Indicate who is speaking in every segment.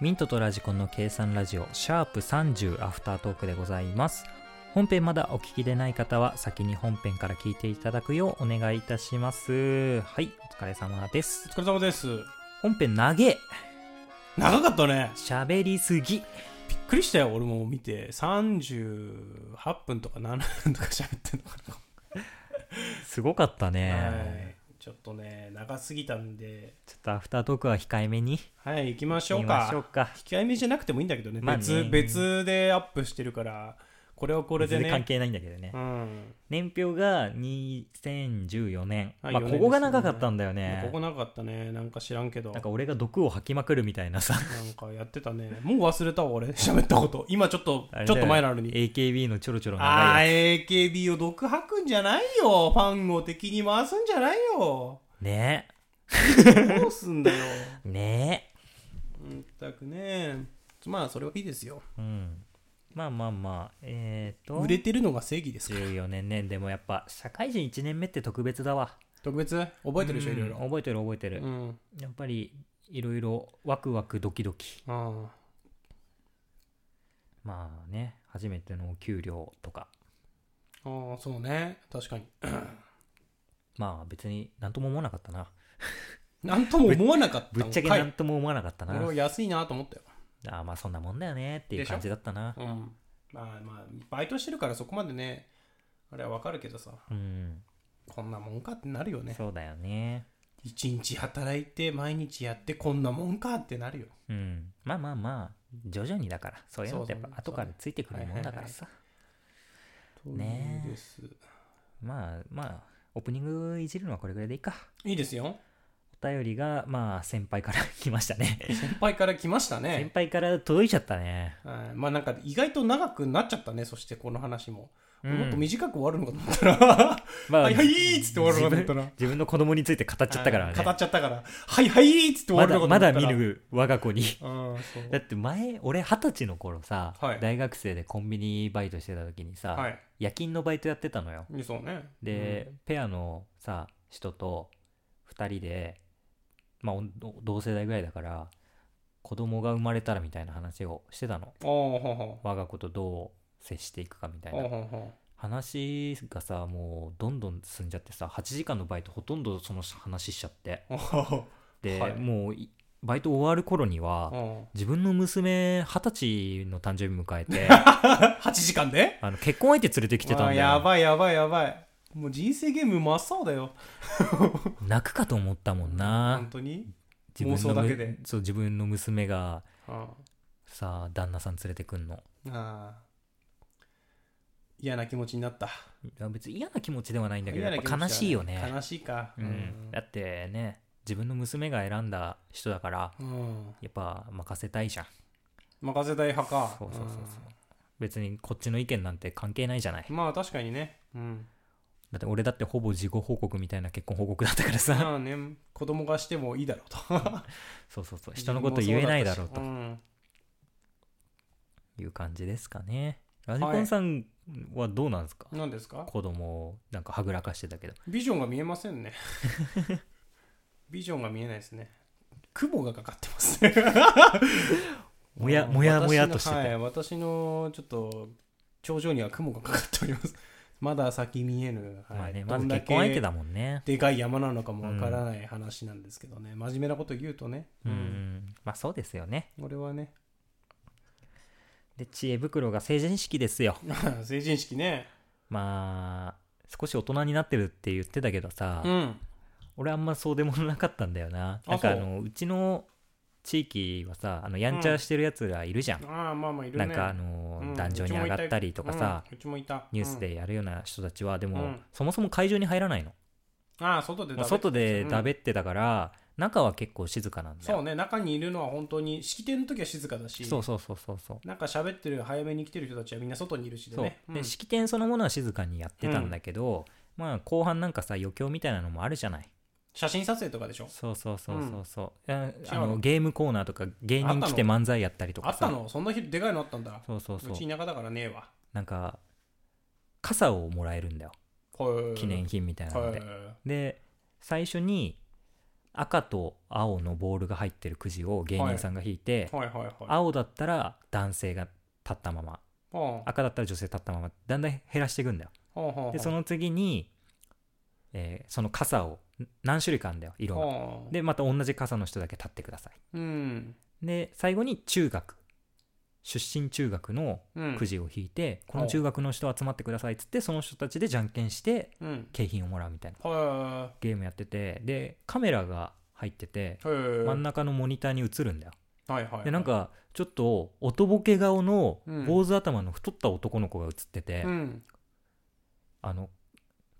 Speaker 1: ミントとラジコンの計算ラジオ、シャープ30アフタートークでございます。本編まだお聞きでない方は、先に本編から聞いていただくようお願いいたします。はい、お疲れ様です
Speaker 2: お。疲れ様です
Speaker 1: 本編投げ
Speaker 2: 長かったね
Speaker 1: 喋りすぎ
Speaker 2: びっくりしたよ俺も見て38分とか7分とか喋ってんのかな、
Speaker 1: すごかったね、
Speaker 2: はいちょっとね長すぎたんで
Speaker 1: ちょっとアフタートークは控えめに
Speaker 2: はい行きましょ
Speaker 1: 見
Speaker 2: う
Speaker 1: ま
Speaker 2: か
Speaker 1: しょうか
Speaker 2: 控えめじゃなくてもいいんだけどね,、
Speaker 1: まあね
Speaker 2: 別別でアップしてるからこれはこれで
Speaker 1: 全
Speaker 2: ね
Speaker 1: 然関係ないんだけどね、
Speaker 2: うん、
Speaker 1: 年表が2014年、
Speaker 2: はい
Speaker 1: まあ、
Speaker 2: 4
Speaker 1: こ
Speaker 2: 年
Speaker 1: こが長かったんだよね
Speaker 2: ここ長かったねなんか知らんけど
Speaker 1: なんか俺が毒を吐きまくるみたいなさ
Speaker 2: なんかやってたねもう忘れたわ俺喋ったこと今ちょっと
Speaker 1: あれだ
Speaker 2: ち
Speaker 1: よ
Speaker 2: ょっと前なのに
Speaker 1: AKB のちょろちょろ
Speaker 2: あ
Speaker 1: 長いや
Speaker 2: ー AKB を毒吐くんじゃないよファンを敵に回すんじゃないよ
Speaker 1: つね
Speaker 2: どうすんだよ
Speaker 1: えね
Speaker 2: うんったくねまあそれはいいですよ
Speaker 1: えうんまあまあまあえっ、ー、と
Speaker 2: 売れてるのが正義ですから
Speaker 1: 14年ねでもやっぱ社会人1年目って特別だわ
Speaker 2: 特別覚えてるでしょいろい
Speaker 1: うん
Speaker 2: ろ
Speaker 1: 覚えてる覚えてる、
Speaker 2: うん
Speaker 1: やっぱりいろいろワクワクドキドキ
Speaker 2: あ
Speaker 1: まあね初めてのお給料とか
Speaker 2: あああそうね確かに
Speaker 1: まあ別になんとも思わなかったな
Speaker 2: なんとも思わなかった
Speaker 1: ぶ
Speaker 2: も
Speaker 1: っ
Speaker 2: ん
Speaker 1: ちゃけ
Speaker 2: か
Speaker 1: なん
Speaker 2: い
Speaker 1: とも思わなかったな、
Speaker 2: 俺は安いなと思ったよ
Speaker 1: ああまあそんなもんだよねっていう感じだったな
Speaker 2: うんまあまあバイトしてるからそこまでねあれはわかるけどさ
Speaker 1: うん
Speaker 2: こんなもんかってなるよね
Speaker 1: そうだよね
Speaker 2: 一日働いて毎日やってこんなもんかってなるよ
Speaker 1: うんまあまあまあ徐々にだからそういうのってやっぱ
Speaker 2: そうそう
Speaker 1: 後からついてくるもんだからさねえ
Speaker 2: いいです
Speaker 1: まあまあオープニングいじるのはこれぐらいでいいか
Speaker 2: いいですよ
Speaker 1: お便りがまあ先輩から来ましたね
Speaker 2: 先輩から来ました
Speaker 1: 先
Speaker 2: ね
Speaker 1: 輩から届いちゃったね、
Speaker 2: はいまあなんか意外と長くなっちゃったねそしてこの話も、
Speaker 1: うん
Speaker 2: もっと短く終わるのかと思った ら「
Speaker 1: ま
Speaker 2: はいはい」っつって終わるのかと思
Speaker 1: 自
Speaker 2: った
Speaker 1: 分
Speaker 2: ら
Speaker 1: 自分の子供について語っちゃったからね、
Speaker 2: はい語っちゃったから「はいはい」っつって終
Speaker 1: ま
Speaker 2: わるの
Speaker 1: だ
Speaker 2: か
Speaker 1: ま
Speaker 2: と思っ
Speaker 1: だ
Speaker 2: たら
Speaker 1: 見ぬ我が子に
Speaker 2: うんそう
Speaker 1: だって前俺二十歳の頃さ、
Speaker 2: はい
Speaker 1: 大学生でコンビニバイトしてた時にさ、
Speaker 2: はい
Speaker 1: 夜勤のバイトやってたのよ
Speaker 2: そうね
Speaker 1: で、ペアのさ人と2人でまあおん同世代ぐらいだから子供が生まれたらみたいな話をしてたの
Speaker 2: うん、おーほうほ
Speaker 1: 我が子とどう接していくかみた
Speaker 2: う
Speaker 1: い
Speaker 2: おー
Speaker 1: な
Speaker 2: ほう ほ
Speaker 1: 話がさもうどんどん進んじゃってさ8時間のバイトほとんどその話しちゃって
Speaker 2: うおーほう
Speaker 1: で、
Speaker 2: はい
Speaker 1: もういバイト終わる頃には、
Speaker 2: うん
Speaker 1: 自分の娘二十歳の誕生日迎えて
Speaker 2: 8時間で
Speaker 1: あの結婚相手連れてきてたん
Speaker 2: あ
Speaker 1: だ
Speaker 2: ー
Speaker 1: よ
Speaker 2: やばいやばいやばいもう人生ゲーム真っ青だよ
Speaker 1: 泣くかと思ったもんな
Speaker 2: 本当に
Speaker 1: 自分の
Speaker 2: 妄想だ
Speaker 1: む
Speaker 2: けで
Speaker 1: そう自分の娘が
Speaker 2: うん
Speaker 1: さあ旦那さん連れてくんの
Speaker 2: ああ嫌な気持ちになった
Speaker 1: いや別に嫌な気持ちではないんだけど
Speaker 2: 嫌な
Speaker 1: やっ
Speaker 2: 気持ち
Speaker 1: ぱ
Speaker 2: だ
Speaker 1: 悲しいよね
Speaker 2: 悲しいか
Speaker 1: うんだってね自分の娘が選んだ人だから
Speaker 2: うん
Speaker 1: やっぱ任せたいじゃん
Speaker 2: 任せたい派か
Speaker 1: そうそうそうそう別にこっちの意見なんて関係ないじゃない
Speaker 2: うんまあ確かにねうん
Speaker 1: だって俺だってほぼ事後報告みたいな結婚報告だったからさ
Speaker 2: まあね子供がしてもいいだろうと
Speaker 1: そうそうそう人のこと言えないだろうと
Speaker 2: ん
Speaker 1: いう感じですかね。ラジ
Speaker 2: はい
Speaker 1: コンさんはどうなんですか、
Speaker 2: 何ですか
Speaker 1: 子供をなんかはぐらかしてたけど。
Speaker 2: ビジョンが見えませ んねビジョンが見えないですね雲がかかってますね
Speaker 1: もや、もやもやとして
Speaker 2: 私の,、は
Speaker 1: て。
Speaker 2: い、私のちょっと頂上には雲がかかっておりますまだ先見えぬ、はい
Speaker 1: まあね、
Speaker 2: ど
Speaker 1: まず
Speaker 2: んだ
Speaker 1: 結
Speaker 2: け
Speaker 1: 婚相手だもんね。
Speaker 2: でかい山なのかもわからない話なんですけどね、真面目なこと言うとね、
Speaker 1: うん、まあそうですよね。
Speaker 2: 俺はね
Speaker 1: で、知恵袋が成人式ですよ。
Speaker 2: 成人式ね
Speaker 1: まあ、少し大人になってるって言ってたけどさ、
Speaker 2: うん
Speaker 1: 俺あんまそうでもなかったんだよな。
Speaker 2: あ
Speaker 1: なんかあ
Speaker 2: そう
Speaker 1: の、うちの地域はさ、あの、やんちゃしてるやつらいるじゃん。
Speaker 2: ああまあまあいる
Speaker 1: な
Speaker 2: ね
Speaker 1: んかあ
Speaker 2: う
Speaker 1: の、
Speaker 2: ん
Speaker 1: 壇上に上がったりとかさ、
Speaker 2: うちもいた,うん、
Speaker 1: ニュースでやるような人たちは、でも、
Speaker 2: うん
Speaker 1: そもそも会場に入らないの。
Speaker 2: ああ外で
Speaker 1: もう外でだ
Speaker 2: べ、
Speaker 1: べってたから、中は結構静かなん
Speaker 2: うん
Speaker 1: だ
Speaker 2: そう
Speaker 1: よ
Speaker 2: ね中にいるのは本当に式典の時は静かだし
Speaker 1: そうそうそうそうそう
Speaker 2: なんか喋ってる早めに来てる人たちはみんな外にいるしで
Speaker 1: そう
Speaker 2: ねうん
Speaker 1: で式典そのものは静かにやってたんだけど、まあ後半なんかさ余興みたいなのもあるじゃない
Speaker 2: 写真撮影とかでしょ
Speaker 1: そうそうそうそうそう、あ
Speaker 2: う
Speaker 1: あ
Speaker 2: の
Speaker 1: のゲームコーナーとか芸人来て
Speaker 2: あった
Speaker 1: 漫才やったりと
Speaker 2: あ
Speaker 1: か
Speaker 2: っ
Speaker 1: さ
Speaker 2: たのそんな日でかいのあったんだ
Speaker 1: そうそう
Speaker 2: う
Speaker 1: そう
Speaker 2: ち田舎だからねえわ
Speaker 1: なんか傘をもらえるんだよ
Speaker 2: ほう
Speaker 1: 記念品みたいなので、
Speaker 2: ほう
Speaker 1: で最初に赤と青のボールが入ってるくじを芸人さんが引いて、
Speaker 2: はいはいはい。
Speaker 1: 青だったら男性が立ったまま
Speaker 2: あ
Speaker 1: 赤だったら女性立ったままだんだん減らしていくんだよ
Speaker 2: あ
Speaker 1: でその次に、えーその傘をん何種類かあるんだよ色が
Speaker 2: ので、
Speaker 1: でまた同じ傘の人だけ立ってくださ
Speaker 2: うん。
Speaker 1: いで最後に中学出身中学の
Speaker 2: うん。
Speaker 1: くじを引いて、この中学の人集まってくださいっつってその人たちでじゃんけんして
Speaker 2: うん。
Speaker 1: 景品をもらうみたいな
Speaker 2: は
Speaker 1: ゲームやっててでカメラが入ってて
Speaker 2: い。へえ。
Speaker 1: 真ん中のモニターに映るんだよ
Speaker 2: はいはいはい。
Speaker 1: でなん、かちょっと音ボケ顔の
Speaker 2: うん
Speaker 1: 坊主頭の太った男の子が映ってて、
Speaker 2: うん。
Speaker 1: あの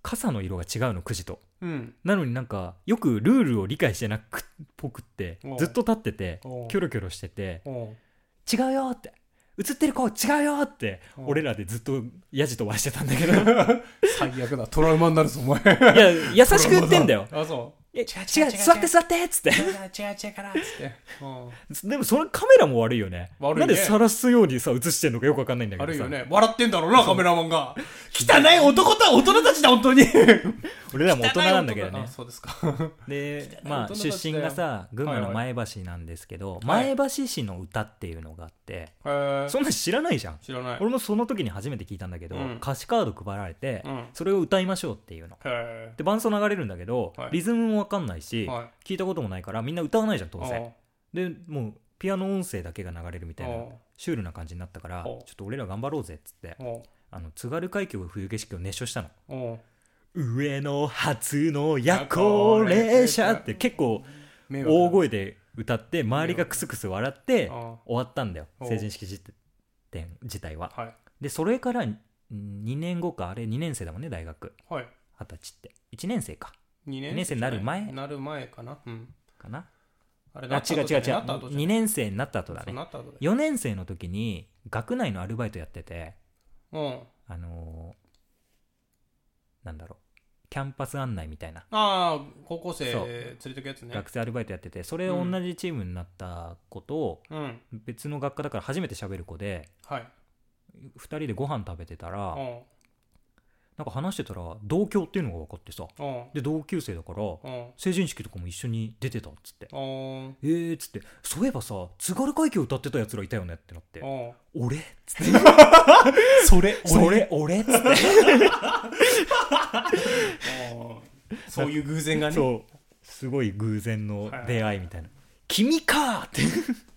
Speaker 1: 傘の色が違うのくじと
Speaker 2: うん。
Speaker 1: なのになんかよくルールを理解してなくっぽくって
Speaker 2: おう
Speaker 1: ずっと立ってて
Speaker 2: おう
Speaker 1: キョロキョロしてて
Speaker 2: おう
Speaker 1: 「違うよ!」って「映ってる子違うよ!」って
Speaker 2: おう
Speaker 1: 俺らでずっとヤジ飛ばしてたんだけ どい
Speaker 2: 最悪だ。トラウマになるぞ、お前。
Speaker 1: や優しく言ってん だよ
Speaker 2: あ、そ
Speaker 1: 「いや違
Speaker 2: 違
Speaker 1: う
Speaker 2: う違う違う
Speaker 1: 座って座って!」っつっ
Speaker 2: う。
Speaker 1: て
Speaker 2: 違う違うから、つって。う
Speaker 1: でもそのカメラも悪いよね
Speaker 2: 悪い
Speaker 1: な
Speaker 2: ね
Speaker 1: んで晒すようにさ映してんのかよくわかんないんだ
Speaker 2: ん
Speaker 1: けどさ
Speaker 2: 悪いよね。笑ってんだろうな、カメラマンが。汚い男とは大人たちだ、本当に。
Speaker 1: 俺らも大人なんだけどね
Speaker 2: あそ うですか。
Speaker 1: で、
Speaker 2: 汚い
Speaker 1: まあ、
Speaker 2: 大人
Speaker 1: 出
Speaker 2: たちだ
Speaker 1: 身
Speaker 2: よ
Speaker 1: がさ群馬の前橋なんですけど、前橋市の歌っていうのがあって、
Speaker 2: へえ。
Speaker 1: そんなん知らないじゃん、
Speaker 2: 知らない。
Speaker 1: 俺もその時に初めて聞いたんだけど、
Speaker 2: うん
Speaker 1: 歌詞カード配られて、
Speaker 2: うん。へ
Speaker 1: それを歌いましょうっていうの
Speaker 2: え。
Speaker 1: で伴奏流れるんだけど、
Speaker 2: はい
Speaker 1: リズムも分かんないし、
Speaker 2: はい。
Speaker 1: 聞いたこともないからみんな歌わないじゃん当然
Speaker 2: お
Speaker 1: でもうピアノ音声だけが流れるみたいな
Speaker 2: お
Speaker 1: シュールな感じになったからちょ
Speaker 2: お
Speaker 1: っと俺ら頑張ろうぜっつって
Speaker 2: うおう
Speaker 1: あの津軽海峡冬景色を熱唱したの
Speaker 2: おう
Speaker 1: 上野初の夜行列車って結構
Speaker 2: 迷惑だ
Speaker 1: 大声で歌って周りがクスクス笑って
Speaker 2: あ
Speaker 1: 終わったんだよ
Speaker 2: お
Speaker 1: 成人式時点自体は
Speaker 2: はい。
Speaker 1: でそれから2年後かあれ2年生だもんね大学
Speaker 2: はい。
Speaker 1: 二十歳って1年生か
Speaker 2: 二年
Speaker 1: 二年生になる前
Speaker 2: なる前かな。うん。
Speaker 1: かな
Speaker 2: あれ
Speaker 1: あ違う違う違う2
Speaker 2: 年
Speaker 1: 年生になった後だね
Speaker 2: なった後だよ。
Speaker 1: 4年生の時に学内のアルバイトやってて
Speaker 2: うん。
Speaker 1: あのーなんだろうキャンパス案内みたいな
Speaker 2: ああ、高校生
Speaker 1: そう
Speaker 2: 連れてくやつね
Speaker 1: 学。生アルバイトやっててそれ同じチームになったことを
Speaker 2: うん。
Speaker 1: 別の学科だから初めて喋る子で
Speaker 2: はい。
Speaker 1: 2人でご飯食べてたら
Speaker 2: うん。
Speaker 1: なんか話してたら同郷っていうのが分かってさ
Speaker 2: うん。
Speaker 1: で同級生だから
Speaker 2: うん。
Speaker 1: 成人式とかも一緒に出てたっつって
Speaker 2: う
Speaker 1: え
Speaker 2: ん。
Speaker 1: ーっつってそういえばさ津軽海峡歌ってたやつらいたよねってなって
Speaker 2: うん。
Speaker 1: 俺っつってそれそれ 俺っつって
Speaker 2: そういう偶然がね。
Speaker 1: そうすごい偶然の出会いみたいな「君か!」 って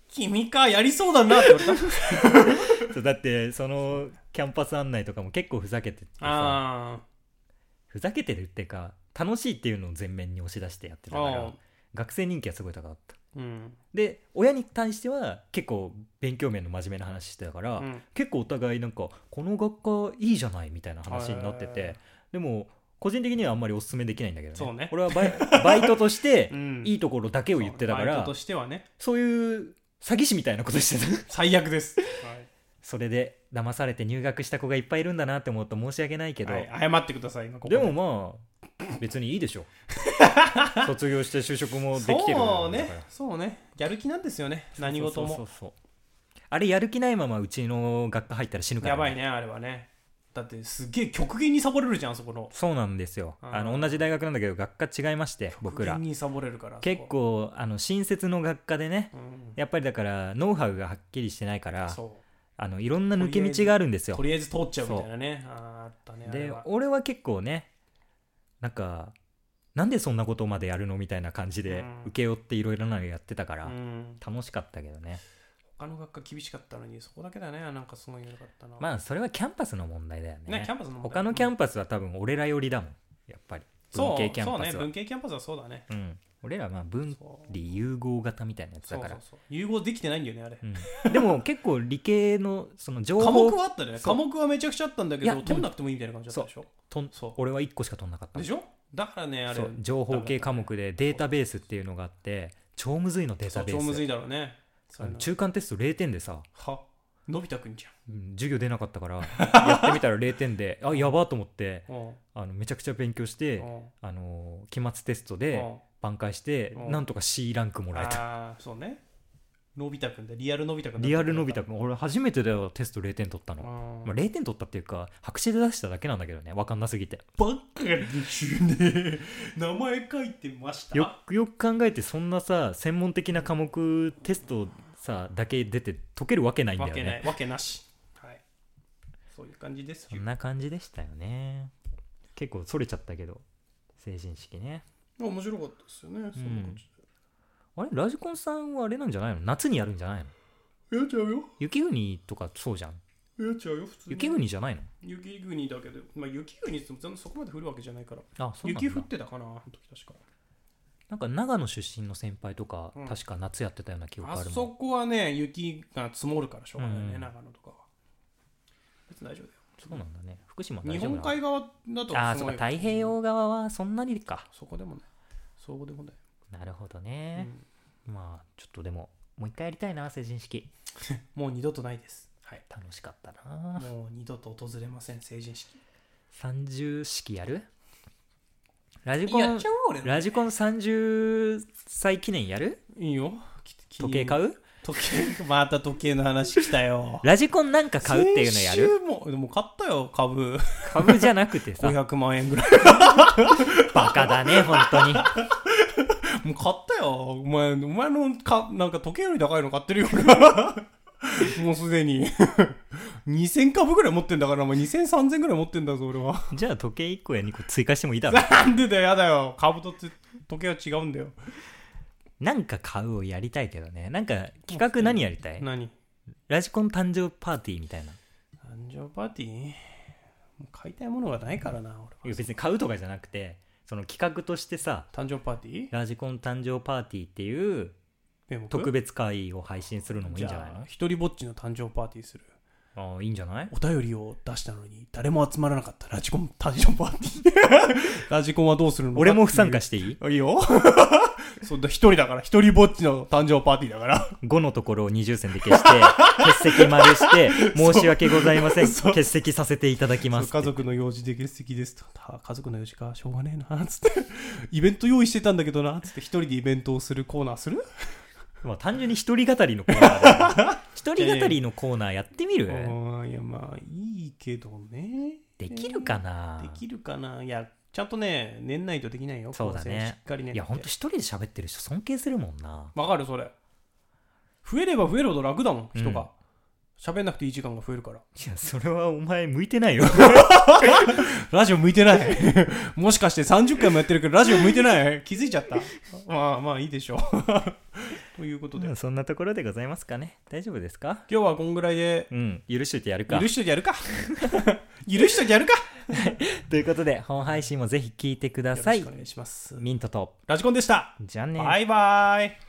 Speaker 2: 君か、やりそうだなって言 われた。
Speaker 1: そうだってそのキャンパス案内とかも結構ふざけててさ
Speaker 2: あ
Speaker 1: ふざけてるっていうか楽しいっていうのを前面に押し出してやって
Speaker 2: あ。
Speaker 1: たか
Speaker 2: う
Speaker 1: ら
Speaker 2: ん
Speaker 1: 学生人気はすごい高かった
Speaker 2: うん。
Speaker 1: で親に対しては結構勉強面の真面目な話してたから、
Speaker 2: うん
Speaker 1: 結構お互いなんかこの学科いいじゃないみたいな話になって
Speaker 2: へ
Speaker 1: てでも個人的にはあんまりおすすめできないんだけどね
Speaker 2: そうね
Speaker 1: 俺はバイバイトとして
Speaker 2: うん
Speaker 1: いいところだけを言ってたか
Speaker 2: バイ
Speaker 1: ら
Speaker 2: トとしてはね、
Speaker 1: そういう詐欺師みたいなことして た
Speaker 2: 最悪です。
Speaker 1: それで騙されて入学した子がいっぱいいるんだなって思うと申し訳ないけど、
Speaker 2: はいはい謝ってください、今ここ
Speaker 1: でもまあ別にいいでし ょ卒業して就職もできてる
Speaker 2: そ
Speaker 1: も
Speaker 2: うん
Speaker 1: だ
Speaker 2: ね
Speaker 1: から
Speaker 2: そうねやる気なんですよね何事
Speaker 1: そ
Speaker 2: も
Speaker 1: うそうそうそうあれやる気ないままうちの学科入ったら死ぬから、
Speaker 2: やばいねあれはねだってすげえ極限にサボれるじゃんあそこの
Speaker 1: そうなんですよ
Speaker 2: あ
Speaker 1: あ
Speaker 2: ー
Speaker 1: の同じ大学なんだけど学科違いまして僕
Speaker 2: 極
Speaker 1: ら
Speaker 2: 限にサボれるからあそこ
Speaker 1: 結構あの新設の学科でね
Speaker 2: うん
Speaker 1: やっぱりだからノウハウがはっきりしてないから
Speaker 2: そ
Speaker 1: あのいろんな抜け道があるんです
Speaker 2: う
Speaker 1: よ
Speaker 2: とりあえず通っちゃうみたいなねあーあったねあれ
Speaker 1: で
Speaker 2: は
Speaker 1: 俺は結構ねなんかなんでそんなことまでやるのみたいな感じで
Speaker 2: うん
Speaker 1: 請け負っていろいろなのやってたから、
Speaker 2: うん
Speaker 1: 楽しかったけどね
Speaker 2: 他の学科厳しかったのにそこだけだねなんかすごい緩かったな
Speaker 1: まあそれはキャンパスの問題だよ
Speaker 2: ね
Speaker 1: ね
Speaker 2: キャンパスの問題
Speaker 1: 他のキャンパスは多分俺ら寄りだもんやっぱり
Speaker 2: そう
Speaker 1: 文系キャンパ
Speaker 2: そう
Speaker 1: ス
Speaker 2: ね
Speaker 1: はう,、
Speaker 2: 文系キャンパスはそうだね
Speaker 1: ん俺らまあ文
Speaker 2: そう
Speaker 1: 理融合型みたいなやつ
Speaker 2: そ
Speaker 1: だ
Speaker 2: う
Speaker 1: か
Speaker 2: そ
Speaker 1: ら
Speaker 2: うそう融合できてないんだよねあれ
Speaker 1: うんでも結構理系のその情
Speaker 2: 科目
Speaker 1: 報
Speaker 2: はあったね
Speaker 1: そ
Speaker 2: 科
Speaker 1: う
Speaker 2: 目はめちゃくちゃあったんだけ
Speaker 1: いや
Speaker 2: ど
Speaker 1: でも
Speaker 2: 取んなくてもいいみたいな感じだったでしょ
Speaker 1: とん
Speaker 2: そう
Speaker 1: 俺は1個しか取んなかった
Speaker 2: でしょだからねあれ
Speaker 1: そう情報系科目でデータベースっていうのがあって超むずいのデー
Speaker 2: そ
Speaker 1: タ
Speaker 2: う
Speaker 1: ベー
Speaker 2: 超むず
Speaker 1: ス
Speaker 2: いだろうねそう
Speaker 1: あ
Speaker 2: いう
Speaker 1: の
Speaker 2: の
Speaker 1: 中間テスト0点でさ
Speaker 2: はのび太くんじ
Speaker 1: うん授業出なかったから やってみたら0点であやばーと思って
Speaker 2: ゃんうん
Speaker 1: あのめちゃくちゃ勉強して
Speaker 2: うん
Speaker 1: あのー期末テスト
Speaker 2: う
Speaker 1: で
Speaker 2: ん
Speaker 1: 挽回して
Speaker 2: うん
Speaker 1: なんとか C ランクもらえた
Speaker 2: ああそうねのび太くんでリアルのび太くんだった
Speaker 1: リアルのび太くん俺初めてだよテスト0点取ったの、
Speaker 2: あー
Speaker 1: まあ、0点取ったっていうか白紙で出しただけなんだけどね分かんなすぎて
Speaker 2: バカですね名前書いてました
Speaker 1: よくよく考えてそんなさ専門的な科目テストさだけ出て解けるわけないんだ
Speaker 2: わ
Speaker 1: よ
Speaker 2: けない
Speaker 1: ね
Speaker 2: わけなし、はい、そういう感じです
Speaker 1: そ
Speaker 2: よ
Speaker 1: んな感じでしたよね結構それちゃったけど成人式ね
Speaker 2: 面白かったですよねそんな感じ
Speaker 1: あれラジコンさんはあれなんじゃないの夏にやるんじゃないの
Speaker 2: でやっちゃうよ
Speaker 1: 雪国とかそうじゃん
Speaker 2: やっちゃうよ普通に
Speaker 1: 雪国じゃないの
Speaker 2: 雪国だけど、まあ、雪国って言ってもそこまで降るわけじゃないから
Speaker 1: あそうなんだ
Speaker 2: 雪降ってたかなあの時確か
Speaker 1: なんか長野出身の先輩とか、
Speaker 2: うん
Speaker 1: 確か夏やってたような記憶あ
Speaker 2: あ
Speaker 1: るもん
Speaker 2: そこはね雪が積もるからしょうがないね、
Speaker 1: うん
Speaker 2: 長野とかは別に大丈夫だよ
Speaker 1: そうなんだね福島大
Speaker 2: 日
Speaker 1: 丈夫
Speaker 2: 本
Speaker 1: な
Speaker 2: 海側だと
Speaker 1: ああ
Speaker 2: す
Speaker 1: そう
Speaker 2: ご
Speaker 1: か
Speaker 2: い
Speaker 1: 太平洋側はそんなにか
Speaker 2: そこでもねそうでもない、
Speaker 1: なるほど
Speaker 2: う
Speaker 1: ね、
Speaker 2: ん
Speaker 1: まあちょっとでももう一回やりたいな成人式
Speaker 2: もう二度とないですはい
Speaker 1: 楽しかったな
Speaker 2: もう二度と訪れません成人式
Speaker 1: 30式やるラジコ
Speaker 2: や
Speaker 1: ン
Speaker 2: っちゃう俺
Speaker 1: ラジコン30歳記念やる
Speaker 2: いいよき
Speaker 1: 時計買う
Speaker 2: 時計また時計の話来たよ
Speaker 1: ラジコンなんか 買うっていうのやる
Speaker 2: 先週もでも買ったよ株
Speaker 1: 株じゃなくて さ
Speaker 2: 500万円ぐらい
Speaker 1: バカだね本当に
Speaker 2: もう買ったよお前お前のかなんか時計より高いの買ってるよ 俺はもうすでに2000株ぐらい持ってんだからお前20003000ぐらい持ってんだぞ俺は
Speaker 1: じゃあ時計1個や2個追加してもいいだろ
Speaker 2: なんでだよやだよ株とつ時計は違うんだよ
Speaker 1: なんか買うをやりたいけどねなんか企画何やりたい
Speaker 2: 何
Speaker 1: ラジコン誕生パーティーみたいな
Speaker 2: 誕生パーティーもう買いたいものがないからな俺はい
Speaker 1: や別に買うとかじゃなくてその企画としてさ
Speaker 2: 誕生パーティー
Speaker 1: ラジコン誕生パーティーっていう
Speaker 2: 名目
Speaker 1: 特別会を配信するのもいいんじゃない
Speaker 2: あ一人ぼっちの誕生パーティーする
Speaker 1: のああーいいんじゃない
Speaker 2: お便りを出したのに誰も集まらなかったラジコン誕生パーテ ィーラジコンはどうするのか
Speaker 1: 俺も不参加していい
Speaker 2: いいよ そうだ一人だから一人ぼっちの誕生パーティーだから
Speaker 1: 5のところを20線で消して、欠席丸して、申し訳ございま せん。
Speaker 2: そう
Speaker 1: 欠席させていただきます。
Speaker 2: そう家族の用事で欠席ですとはあ家族の用事かしょうがねえなつってイベント用意してたんだけどなつって一人でイベントをするコーナーする
Speaker 1: まあ単純に一人語りのコーナーだよね 一人語りのコーナーやってみる、
Speaker 2: うんいやまあいいけどね
Speaker 1: できるかな
Speaker 2: できるかないやちゃんとね年内とできないよ
Speaker 1: そうだ
Speaker 2: 構成し
Speaker 1: ね
Speaker 2: っかりね
Speaker 1: いや、ほんと一人で喋ってる人尊敬するもんな。
Speaker 2: わかるそれ増えれば増えるほど楽だもん人
Speaker 1: う
Speaker 2: が
Speaker 1: ん
Speaker 2: 喋、んなくていい時間が増えるから
Speaker 1: いや、それはお前向いてないよ。
Speaker 2: ラジオ向いてない もしかして30回もやってるけどラジオ向いてない気づいちゃったまあまあいいでしょう ということで、
Speaker 1: うん そんなところでございますかね。大丈夫ですか
Speaker 2: 今日はこんぐらいで
Speaker 1: うん、許しといてやるか
Speaker 2: 許。しといてやるか 許しといてやるか
Speaker 1: ということで、本配信もぜひ聞いてください
Speaker 2: よろしくお。願いします
Speaker 1: ミントと、
Speaker 2: ラジコンでした、
Speaker 1: じゃあね
Speaker 2: バイバイ